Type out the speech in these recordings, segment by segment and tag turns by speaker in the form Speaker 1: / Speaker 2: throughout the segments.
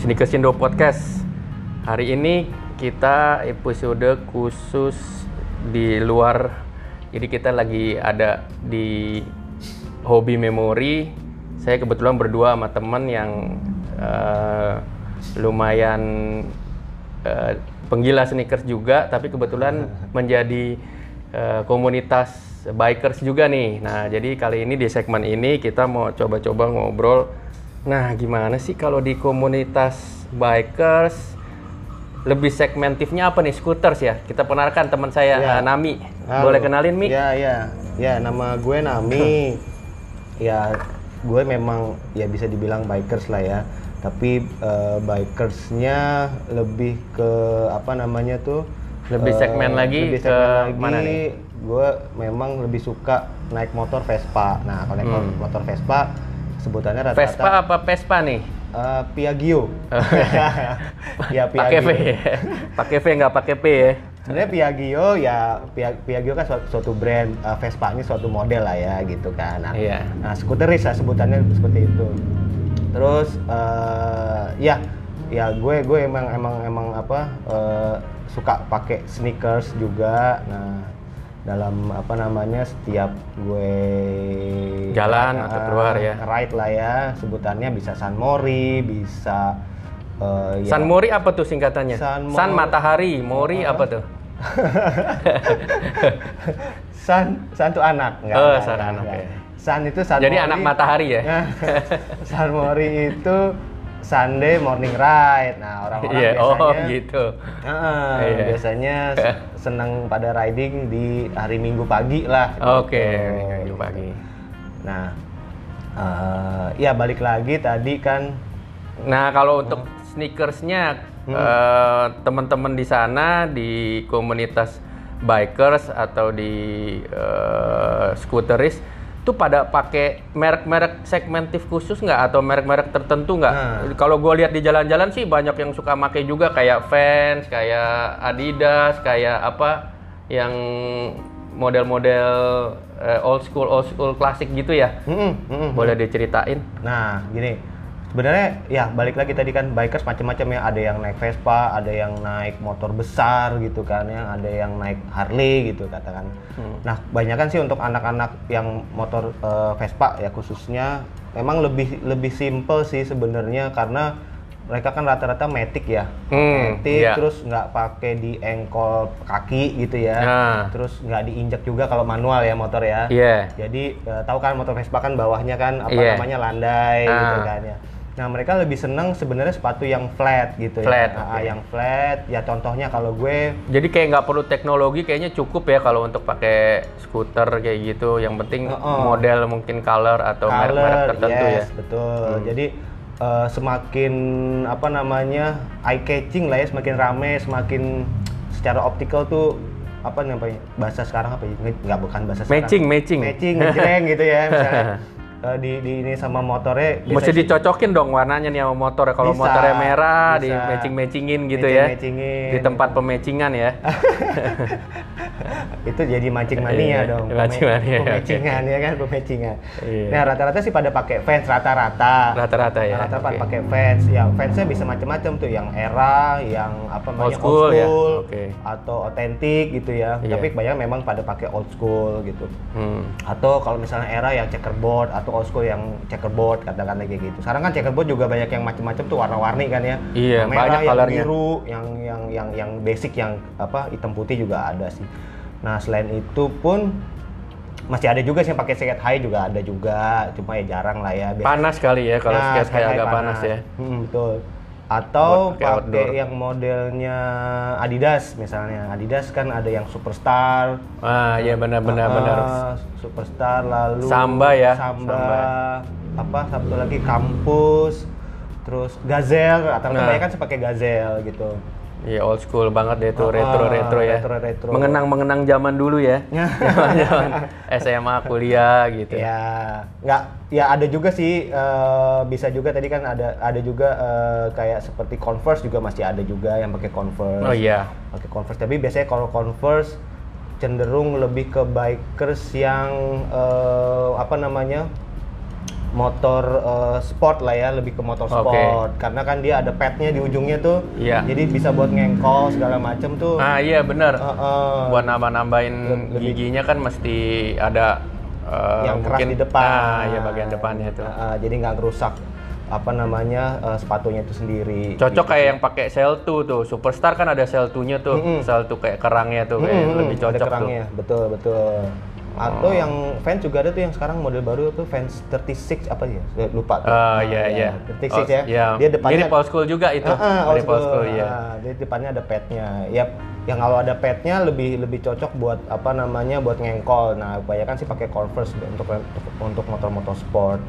Speaker 1: Sneakers Indo Podcast. Hari ini kita episode khusus di luar. Jadi kita lagi ada di hobi memori. Saya kebetulan berdua sama teman yang eh, lumayan eh, penggila sneakers juga, tapi kebetulan menjadi eh, komunitas bikers juga nih. Nah, jadi kali ini di segmen ini kita mau coba-coba ngobrol Nah, gimana sih kalau di komunitas bikers lebih segmentifnya apa nih scooters ya? Kita penarkan teman saya
Speaker 2: Ya.
Speaker 1: eh, Nami.
Speaker 2: Halo.
Speaker 1: Boleh kenalin Mi?
Speaker 2: Ya, ya. Ya, nama gue Nami. ya, gue memang ya bisa dibilang bikers lah ya. Tapi eh, bikersnya lebih ke apa namanya tuh?
Speaker 1: Lebih
Speaker 2: eh,
Speaker 1: segmen lagi
Speaker 2: lebih
Speaker 1: ke mana nih?
Speaker 2: Gue memang lebih suka naik motor Vespa. Nah, kalau naik
Speaker 1: Hmm.
Speaker 2: motor Vespa sebutannya rata-rata
Speaker 1: Vespa apa Vespa nih?
Speaker 2: eh, Piaggio. ya,
Speaker 1: Pakai V. ya? pakai V nggak pakai P ya?
Speaker 2: Sebenarnya Piaggio ya Pia- Piaggio kan suatu, suatu brand eh, Vespa ini suatu model lah ya gitu kan. Nah,
Speaker 1: Iya.
Speaker 2: nah, skuteris lah sebutannya seperti itu. Terus eh, ya ya gue gue emang emang emang apa eh, suka pakai sneakers juga. Nah dalam apa namanya setiap gue
Speaker 1: Jalan
Speaker 2: eh,
Speaker 1: atau keluar ya.
Speaker 2: ride lah ya sebutannya bisa San Mori bisa eh, ya-
Speaker 1: San Mori apa tuh singkatannya?
Speaker 2: San Mori.
Speaker 1: San Matahari, Mori apa tuh?
Speaker 2: San San tuh anak enggak?
Speaker 1: Oh,
Speaker 2: enggak,
Speaker 1: San
Speaker 2: enggak,
Speaker 1: anak,
Speaker 2: enggak.
Speaker 1: ya.
Speaker 2: San itu San
Speaker 1: Jadi
Speaker 2: Mori- Nah,
Speaker 1: anak matahari ya?
Speaker 2: Iya, San Mori itu Sunday morning ride. Nah, orang-orang
Speaker 1: Iya, oh
Speaker 2: biasanya
Speaker 1: gitu.
Speaker 2: Heeh,
Speaker 1: Iya.
Speaker 2: biasanya se- seneng pada riding di hari Minggu pagi lah.
Speaker 1: Oke,
Speaker 2: Gitu.
Speaker 1: minggu pagi.
Speaker 2: Nah, eh, ya balik lagi tadi kan
Speaker 1: Nah, kalau untuk
Speaker 2: Hmm.
Speaker 1: sneakersnya eh, teman-teman di sana di komunitas bikers atau di eh, scooteris tuh pada pakai merek-merek segmentif khusus nggak atau merek-merek tertentu nggak?
Speaker 2: Nah.
Speaker 1: Kalau gue lihat di jalan-jalan sih banyak yang suka make juga kayak Vans, kayak Adidas, kayak apa yang model-model eh, old school old school klasik gitu ya.
Speaker 2: mm-mm, mm-mm.
Speaker 1: Boleh diceritain?
Speaker 2: Nah, gini. Sebenarnya ya balik lagi tadi kan bikers macam-macam ya. Ada yang naik Vespa, ada yang naik motor besar gitu kan, yang ada yang naik Harley gitu katakan.
Speaker 1: Hmm.
Speaker 2: Nah, kebanyakan sih untuk anak-anak yang motor eh, Vespa ya khususnya memang lebih lebih simple sih sebenarnya karena mereka kan rata-rata matic ya.
Speaker 1: Hmm,
Speaker 2: Matic
Speaker 1: iya.
Speaker 2: terus nggak pakai di engkol kaki gitu ya.
Speaker 1: Nah.
Speaker 2: Terus nggak diinjak juga kalau manual ya motor ya.
Speaker 1: Iya.
Speaker 2: Jadi eh, tahu kan motor Vespa kan bawahnya kan apa
Speaker 1: Iya.
Speaker 2: namanya landai gitu
Speaker 1: Ah.
Speaker 2: kan ya. Nah mereka lebih seneng sebenarnya sepatu yang flat gitu
Speaker 1: Flat,
Speaker 2: ya. Ah,
Speaker 1: oke.
Speaker 2: Yang flat. Ya contohnya kalau gue
Speaker 1: Jadi kayak nggak perlu teknologi kayaknya cukup ya kalau untuk pakai skuter kayak gitu. Yang penting
Speaker 2: Heeh.
Speaker 1: model mungkin color atau merek-merek
Speaker 2: color,
Speaker 1: tertentu
Speaker 2: yes,
Speaker 1: ya.
Speaker 2: betul. Jadi eh, semakin apa namanya eye catching lah ya, semakin rame, semakin secara optical tuh apa namanya bahasa sekarang apa ya? Nge- Nggak bukan bahasa sekarang.
Speaker 1: Matching, matching.
Speaker 2: Matching, ngejreng gitu ya misalnya. eh, di, di ini sama motornya bisa
Speaker 1: Mesti dicocokin dong warnanya nih sama motor. Kalau
Speaker 2: Bisa,
Speaker 1: motornya merah
Speaker 2: bisa.
Speaker 1: di matching-matchingin gitu
Speaker 2: Matching-matchingin.
Speaker 1: ya. Di tempat pematchingan ya.
Speaker 2: itu jadi mancing mania
Speaker 1: Iya,
Speaker 2: dong
Speaker 1: mancing
Speaker 2: Peme-
Speaker 1: mania,
Speaker 2: pemecingan ya kan pemecingan
Speaker 1: Iya.
Speaker 2: nah rata-rata sih pada pakai fans rata-rata
Speaker 1: Rata-rata ya,
Speaker 2: rata-rata pada
Speaker 1: oke.
Speaker 2: pakai fans ya fansnya bisa macam-macam tuh yang era yang apa namanya
Speaker 1: Old school ya,
Speaker 2: school,
Speaker 1: oke.
Speaker 2: atau otentik gitu ya
Speaker 1: Iya.
Speaker 2: tapi kebanyakan memang pada pakai old school gitu
Speaker 1: Hmm.
Speaker 2: atau kalau misalnya era yang checkerboard atau old school yang checkerboard katakanlah kayak gitu sekarang kan checkerboard juga banyak yang macam-macam tuh warna-warni kan ya
Speaker 1: Iya,
Speaker 2: Yang merah,
Speaker 1: banyak
Speaker 2: yang
Speaker 1: colornya.
Speaker 2: biru yang yang yang yang basic yang apa hitam putih juga ada sih nah selain itu pun masih ada juga sih yang pakai skate high juga ada juga cuma ya jarang lah ya Biasa-
Speaker 1: Panas kali ya kalau
Speaker 2: Nah,
Speaker 1: skate
Speaker 2: skate
Speaker 1: kayak
Speaker 2: high
Speaker 1: agak panas. ya.
Speaker 2: Hmm, betul atau
Speaker 1: Buat pakai outdoor.
Speaker 2: pakai yang modelnya Adidas misalnya Adidas kan ada yang superstar
Speaker 1: Ah, ya benar-benar benar.
Speaker 2: Ah, superstar lalu
Speaker 1: Samba ya,
Speaker 2: Samba,
Speaker 1: Samba.
Speaker 2: apa satu lagi kampus terus gazel atau
Speaker 1: Nah.
Speaker 2: kebanyakan sepakai gazel gitu
Speaker 1: Iya old school banget deh itu
Speaker 2: Ah,
Speaker 1: retro-retro ya.
Speaker 2: retro-retro.
Speaker 1: Mengenang-mengenang zaman dulu ya. Zaman-zaman SMA, kuliah gitu.
Speaker 2: ya nggak ya ada juga sih eh, bisa juga tadi kan ada ada juga eh, kayak seperti converse juga masih ada juga yang pakai converse
Speaker 1: Oh iya.
Speaker 2: pakai converse tapi biasanya kalau converse cenderung lebih ke bikers yang eh, apa namanya motor eh, sport lah ya lebih ke motor
Speaker 1: Oke.
Speaker 2: sport karena kan dia ada padnya di ujungnya tuh
Speaker 1: Iya.
Speaker 2: jadi bisa buat ngengkol segala macem tuh Eh,
Speaker 1: Ah iya benar.
Speaker 2: Heeh.
Speaker 1: Buat nambah-nambahin
Speaker 2: Ah. lebih-
Speaker 1: giginya kan mesti ada eh,
Speaker 2: yang keras
Speaker 1: mungkin-
Speaker 2: di depan Ah.
Speaker 1: Nah, ya bagian depannya itu.
Speaker 2: Heeh, jadi nggak rusak apa namanya eh, sepatunya itu sendiri
Speaker 1: Cocok kayak yang pakai sel 2 tuh. Superstar kan ada sel 2-nya tuh. Sel 2 kayak kerangnya tuh kayak
Speaker 2: Hmm,
Speaker 1: lebih
Speaker 2: ada
Speaker 1: cocok tuh. Oh.
Speaker 2: kerangnya betul betul atau yang fans juga ada tuh yang sekarang model baru tuh fans 36 apa ya Saya lupa tuh.
Speaker 1: Ah iya
Speaker 2: Nah,
Speaker 1: iya.
Speaker 2: 36
Speaker 1: Oh,
Speaker 2: ya
Speaker 1: iya.
Speaker 2: dia depannya
Speaker 1: mirip old school juga itu.
Speaker 2: Ah, ah,
Speaker 1: mirip old school, iya.
Speaker 2: Ah, dia depannya ada padnya ya yang kalau ada padnya lebih lebih cocok buat apa namanya buat ngengkol nah kebanyakan sih pakai converse untuk untuk motor-motor sport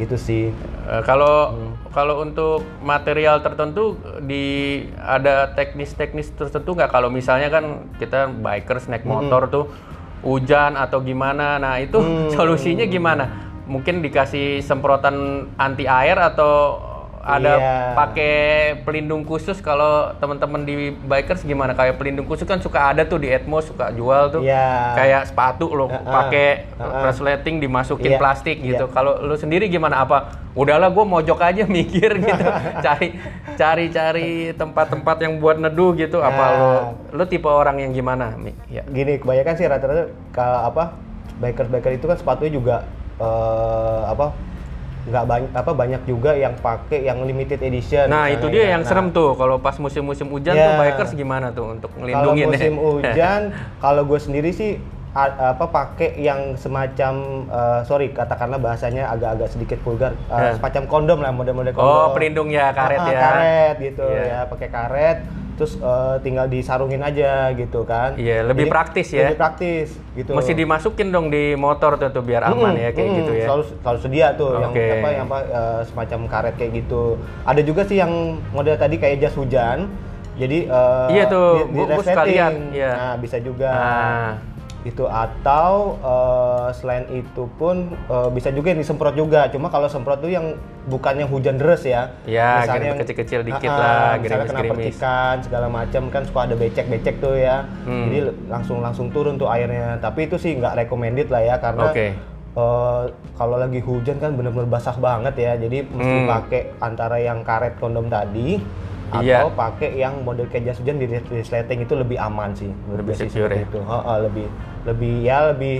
Speaker 2: gitu sih
Speaker 1: Eh, Kalau
Speaker 2: Hmm.
Speaker 1: kalau untuk material tertentu di ada teknis-teknis tertentu nggak? Kalau misalnya kan kita bikers naik
Speaker 2: Hmm.
Speaker 1: motor tuh hujan atau gimana? Nah itu
Speaker 2: Hmm.
Speaker 1: solusinya gimana? Mungkin dikasih semprotan anti air atau ada
Speaker 2: Iya.
Speaker 1: pakai pelindung khusus kalau teman-teman di bikers gimana? Kayak pelindung khusus kan suka ada tuh di Atmos suka jual tuh.
Speaker 2: Iya.
Speaker 1: Kayak sepatu loh
Speaker 2: Heeh.
Speaker 1: pakai resleting dimasukin masukin
Speaker 2: Iya,
Speaker 1: plastik
Speaker 2: iya.
Speaker 1: gitu. Kalau lu sendiri gimana? Apa udahlah gue mojok aja mikir gitu, cari cari cari tempat-tempat yang buat neduh gitu. Apa
Speaker 2: Nah.
Speaker 1: lu lu tipe orang yang gimana? Mi? Ya.
Speaker 2: gini kebanyakan sih rata-rata kalau apa biker biker itu kan sepatunya juga eh, apa nggak banyak apa banyak juga yang pakai yang limited edition
Speaker 1: Nah itu
Speaker 2: misalnya
Speaker 1: dia
Speaker 2: ya.
Speaker 1: yang
Speaker 2: Nah,
Speaker 1: serem tuh. Kalau pas musim-musim hujan tuh
Speaker 2: Ya.
Speaker 1: bikers gimana tuh untuk
Speaker 2: kalau
Speaker 1: ngelindungin ya?
Speaker 2: musim hujan kalau gue sendiri sih a- apa pakai yang semacam eh, sorry katakanlah bahasanya agak-agak sedikit vulgar
Speaker 1: Ya.
Speaker 2: eh, semacam kondom lah model-model kondom
Speaker 1: Oh pelindung ya karet
Speaker 2: Ah, ah,
Speaker 1: ya.
Speaker 2: karet gitu
Speaker 1: Iya.
Speaker 2: ya pakai karet terus eh, tinggal disarungin aja gitu kan
Speaker 1: Iya, lebih praktis ya.
Speaker 2: lebih praktis gitu
Speaker 1: Mesti dimasukin dong di motor tuh, tuh biar aman ya kayak
Speaker 2: Mm,
Speaker 1: gitu ya.
Speaker 2: Selalu, selalu sedia tuh yang
Speaker 1: Oke.
Speaker 2: apa yang apa eh, semacam karet kayak gitu. Ada juga sih yang model tadi kayak jas hujan. Jadi eh,
Speaker 1: Iya tuh, gua- gua suka
Speaker 2: resleting.
Speaker 1: lihat, iya.
Speaker 2: Nah, bisa juga.
Speaker 1: Nah.
Speaker 2: Itu atau eh, selain itu pun eh, bisa juga yang disemprot juga. Cuma kalau semprot tuh yang bukan yang hujan deras ya.
Speaker 1: Ya,
Speaker 2: Misalnya
Speaker 1: gerimis
Speaker 2: yang-
Speaker 1: kecil-kecil dikit
Speaker 2: Ah, ah,
Speaker 1: lah,
Speaker 2: Misalnya kena
Speaker 1: gerimis-gerimis.
Speaker 2: percikan segala macam kan suka ada becek-becek tuh ya.
Speaker 1: Hmm.
Speaker 2: Jadi langsung langsung turun tuh airnya. Tapi itu sih nggak recommended lah ya karena
Speaker 1: Oke.
Speaker 2: Eh, kalau lagi hujan kan bener-bener basah banget ya jadi mesti
Speaker 1: Hmm.
Speaker 2: pakai antara yang karet kondom tadi
Speaker 1: Iya.
Speaker 2: atau pakai yang model kayak jas hujan di resleting itu lebih aman sih menurut
Speaker 1: Lebih
Speaker 2: gue sih
Speaker 1: secure ya.
Speaker 2: seperti itu gitu. Heeh, lebih lebih ya lebih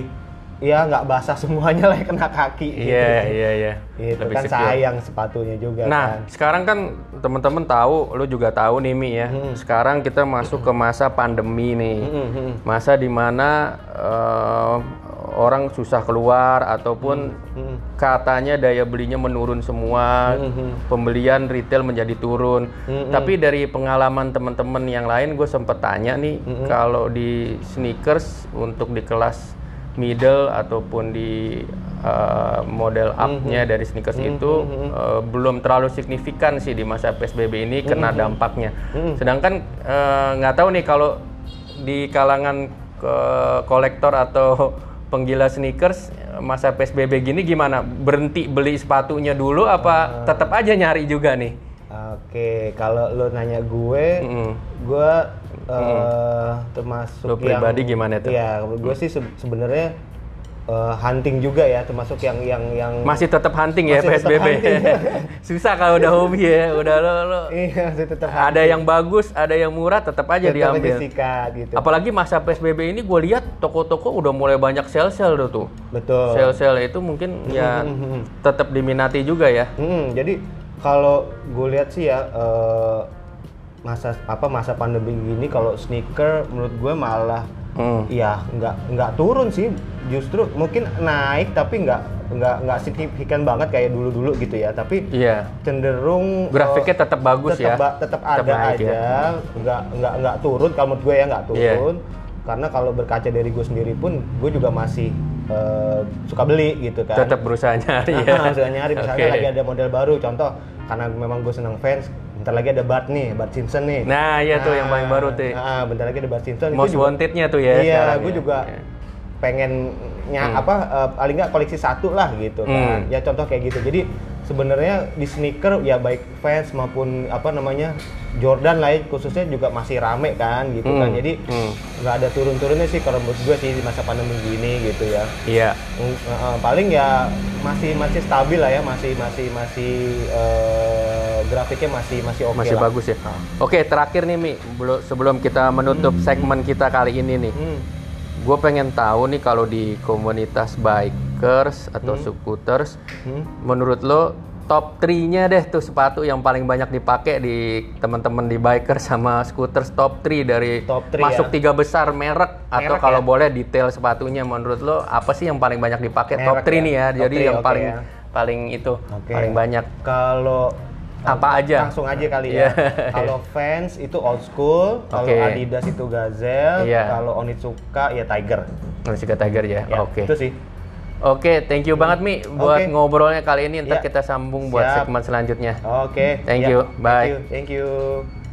Speaker 2: ya nggak basah semuanya lah yang kena kaki
Speaker 1: Iya iya iya.
Speaker 2: gitu, Gitu,
Speaker 1: Lebih
Speaker 2: kan
Speaker 1: secure.
Speaker 2: sayang sepatunya juga kan
Speaker 1: Nah, sekarang kan teman-teman tahu, lu juga tahu nih Mi ya.
Speaker 2: Hmm.
Speaker 1: Sekarang kita masuk ke masa pandemi nih. Masa dimana orang susah keluar ataupun
Speaker 2: Hmm,
Speaker 1: katanya daya belinya menurun semua,
Speaker 2: hmm.
Speaker 1: pembelian retail menjadi turun. Tapi dari pengalaman teman-teman yang lain, gue sempet tanya nih,
Speaker 2: Hmm,
Speaker 1: kalau di sneakers untuk di kelas middle ataupun di uh, model
Speaker 2: Mm-hmm.
Speaker 1: up-nya dari sneakers itu uh, belum terlalu signifikan sih di masa PSBB ini kena
Speaker 2: Mm-hmm.
Speaker 1: dampaknya. Sedangkan uh, nggak tahu nih kalau di kalangan ke- kolektor atau penggila sneakers masa PSBB gini gimana? Berhenti beli sepatunya dulu
Speaker 2: Ah.
Speaker 1: apa tetap aja nyari juga nih?
Speaker 2: Oke, kalau lo nanya gue,
Speaker 1: Mm.
Speaker 2: gue eh, termasuk
Speaker 1: Lo pribadi gimana tuh? Mm.
Speaker 2: Iya, gue sih se- sebenarnya eh, hunting juga ya, termasuk yang yang yang
Speaker 1: Masih tetap hunting ya
Speaker 2: Masih tetap
Speaker 1: PSBB.
Speaker 2: hunting.
Speaker 1: Susah kalau udah hobi ya, udah lo, lo
Speaker 2: iya masih tetap
Speaker 1: ada yang bagus, ada yang murah, tetap aja
Speaker 2: tetap aja
Speaker 1: diambil.
Speaker 2: sikat gitu.
Speaker 1: Apalagi masa PSBB ini gue lihat toko-toko udah mulai banyak sel-sel tuh tuh.
Speaker 2: Betul.
Speaker 1: Sel-sel itu mungkin ya tetap diminati juga ya.
Speaker 2: Hmm, jadi kalau gue lihat sih ya eh, masa apa masa pandemi gini kalau sneaker menurut gue malah
Speaker 1: Hmm.
Speaker 2: ya nggak nggak turun sih justru mungkin naik tapi nggak nggak nggak signifikan banget kayak dulu dulu gitu ya tapi
Speaker 1: Iya.
Speaker 2: cenderung eh,
Speaker 1: Grafiknya tetap bagus ya.
Speaker 2: tetap Oh. ba- tetap
Speaker 1: Tetap
Speaker 2: ada
Speaker 1: naik ya.
Speaker 2: aja nggak nggak nggak turun kalau menurut gue ya nggak
Speaker 1: Iya.
Speaker 2: turun karena kalau berkaca dari gue sendiri pun gue juga masih eh, suka beli gitu kan
Speaker 1: Tetap berusaha nyari ya.
Speaker 2: Nah, sudah nyari misalnya
Speaker 1: Oke.
Speaker 2: lagi ada model baru contoh karena memang gue senang fans bentar lagi ada Bart nih Bart Simpson nih
Speaker 1: Nah, iya tuh yang paling baru tuh.
Speaker 2: nah, bentar lagi ada Bart Simpson itu
Speaker 1: Most
Speaker 2: juga-
Speaker 1: wanted-nya tuh ya.
Speaker 2: iya
Speaker 1: sekarang ya.
Speaker 2: gue
Speaker 1: Hmm.
Speaker 2: juga pengennya apa eh, paling nggak koleksi satu lah gitu kan ya contoh kayak gitu jadi sebenarnya di sneaker ya baik fans maupun apa namanya Jordan lah ya, khususnya juga masih rame kan gitu kan
Speaker 1: Hmm,
Speaker 2: jadi
Speaker 1: hmm.
Speaker 2: nggak ada turun-turunnya sih kalau menurut gue sih di masa pandemi gini gitu ya
Speaker 1: Iya.
Speaker 2: Mm, eh, eh, paling ya masih masih stabil lah ya masih masih masih eh, grafiknya masih masih oke
Speaker 1: Masih
Speaker 2: lah.
Speaker 1: bagus ya.
Speaker 2: Hmm.
Speaker 1: Oke, terakhir nih Mi, Belu- sebelum kita menutup segmen kita kali ini nih.
Speaker 2: Hmm.
Speaker 1: Gue pengen tahu nih kalau di komunitas bikers atau scooters,
Speaker 2: Hmm.
Speaker 1: menurut lo top 3-nya deh tuh sepatu yang paling banyak dipakai di teman-teman di biker sama scooters top 3 dari
Speaker 2: Top three
Speaker 1: masuk
Speaker 2: ya.
Speaker 1: tiga besar merek, atau
Speaker 2: Merek
Speaker 1: kalau
Speaker 2: ya?
Speaker 1: boleh detail sepatunya menurut lo apa sih yang paling banyak dipakai
Speaker 2: Merek
Speaker 1: top 3
Speaker 2: ya?
Speaker 1: nih ya.
Speaker 2: Top
Speaker 1: Jadi
Speaker 2: three,
Speaker 1: yang
Speaker 2: oke
Speaker 1: paling
Speaker 2: ya.
Speaker 1: paling itu
Speaker 2: Oke.
Speaker 1: paling banyak
Speaker 2: Kalau
Speaker 1: apa aja?
Speaker 2: langsung aja kali
Speaker 1: Ah, Iya.
Speaker 2: ya. Kalau fans itu old school, kalau
Speaker 1: Oke.
Speaker 2: Adidas itu Gazelle,
Speaker 1: Iya.
Speaker 2: kalau Onitsuka ya Tiger.
Speaker 1: Onitsuka Tiger ya.
Speaker 2: Ya,
Speaker 1: Oke.
Speaker 2: Itu sih.
Speaker 1: Oke, thank you banget Mi buat
Speaker 2: Oke.
Speaker 1: ngobrolnya kali ini. Ntar
Speaker 2: Ya.
Speaker 1: kita sambung buat
Speaker 2: Siap.
Speaker 1: segmen selanjutnya.
Speaker 2: Oke.
Speaker 1: Thank
Speaker 2: ya.
Speaker 1: you. Bye.
Speaker 2: Thank you. Thank you.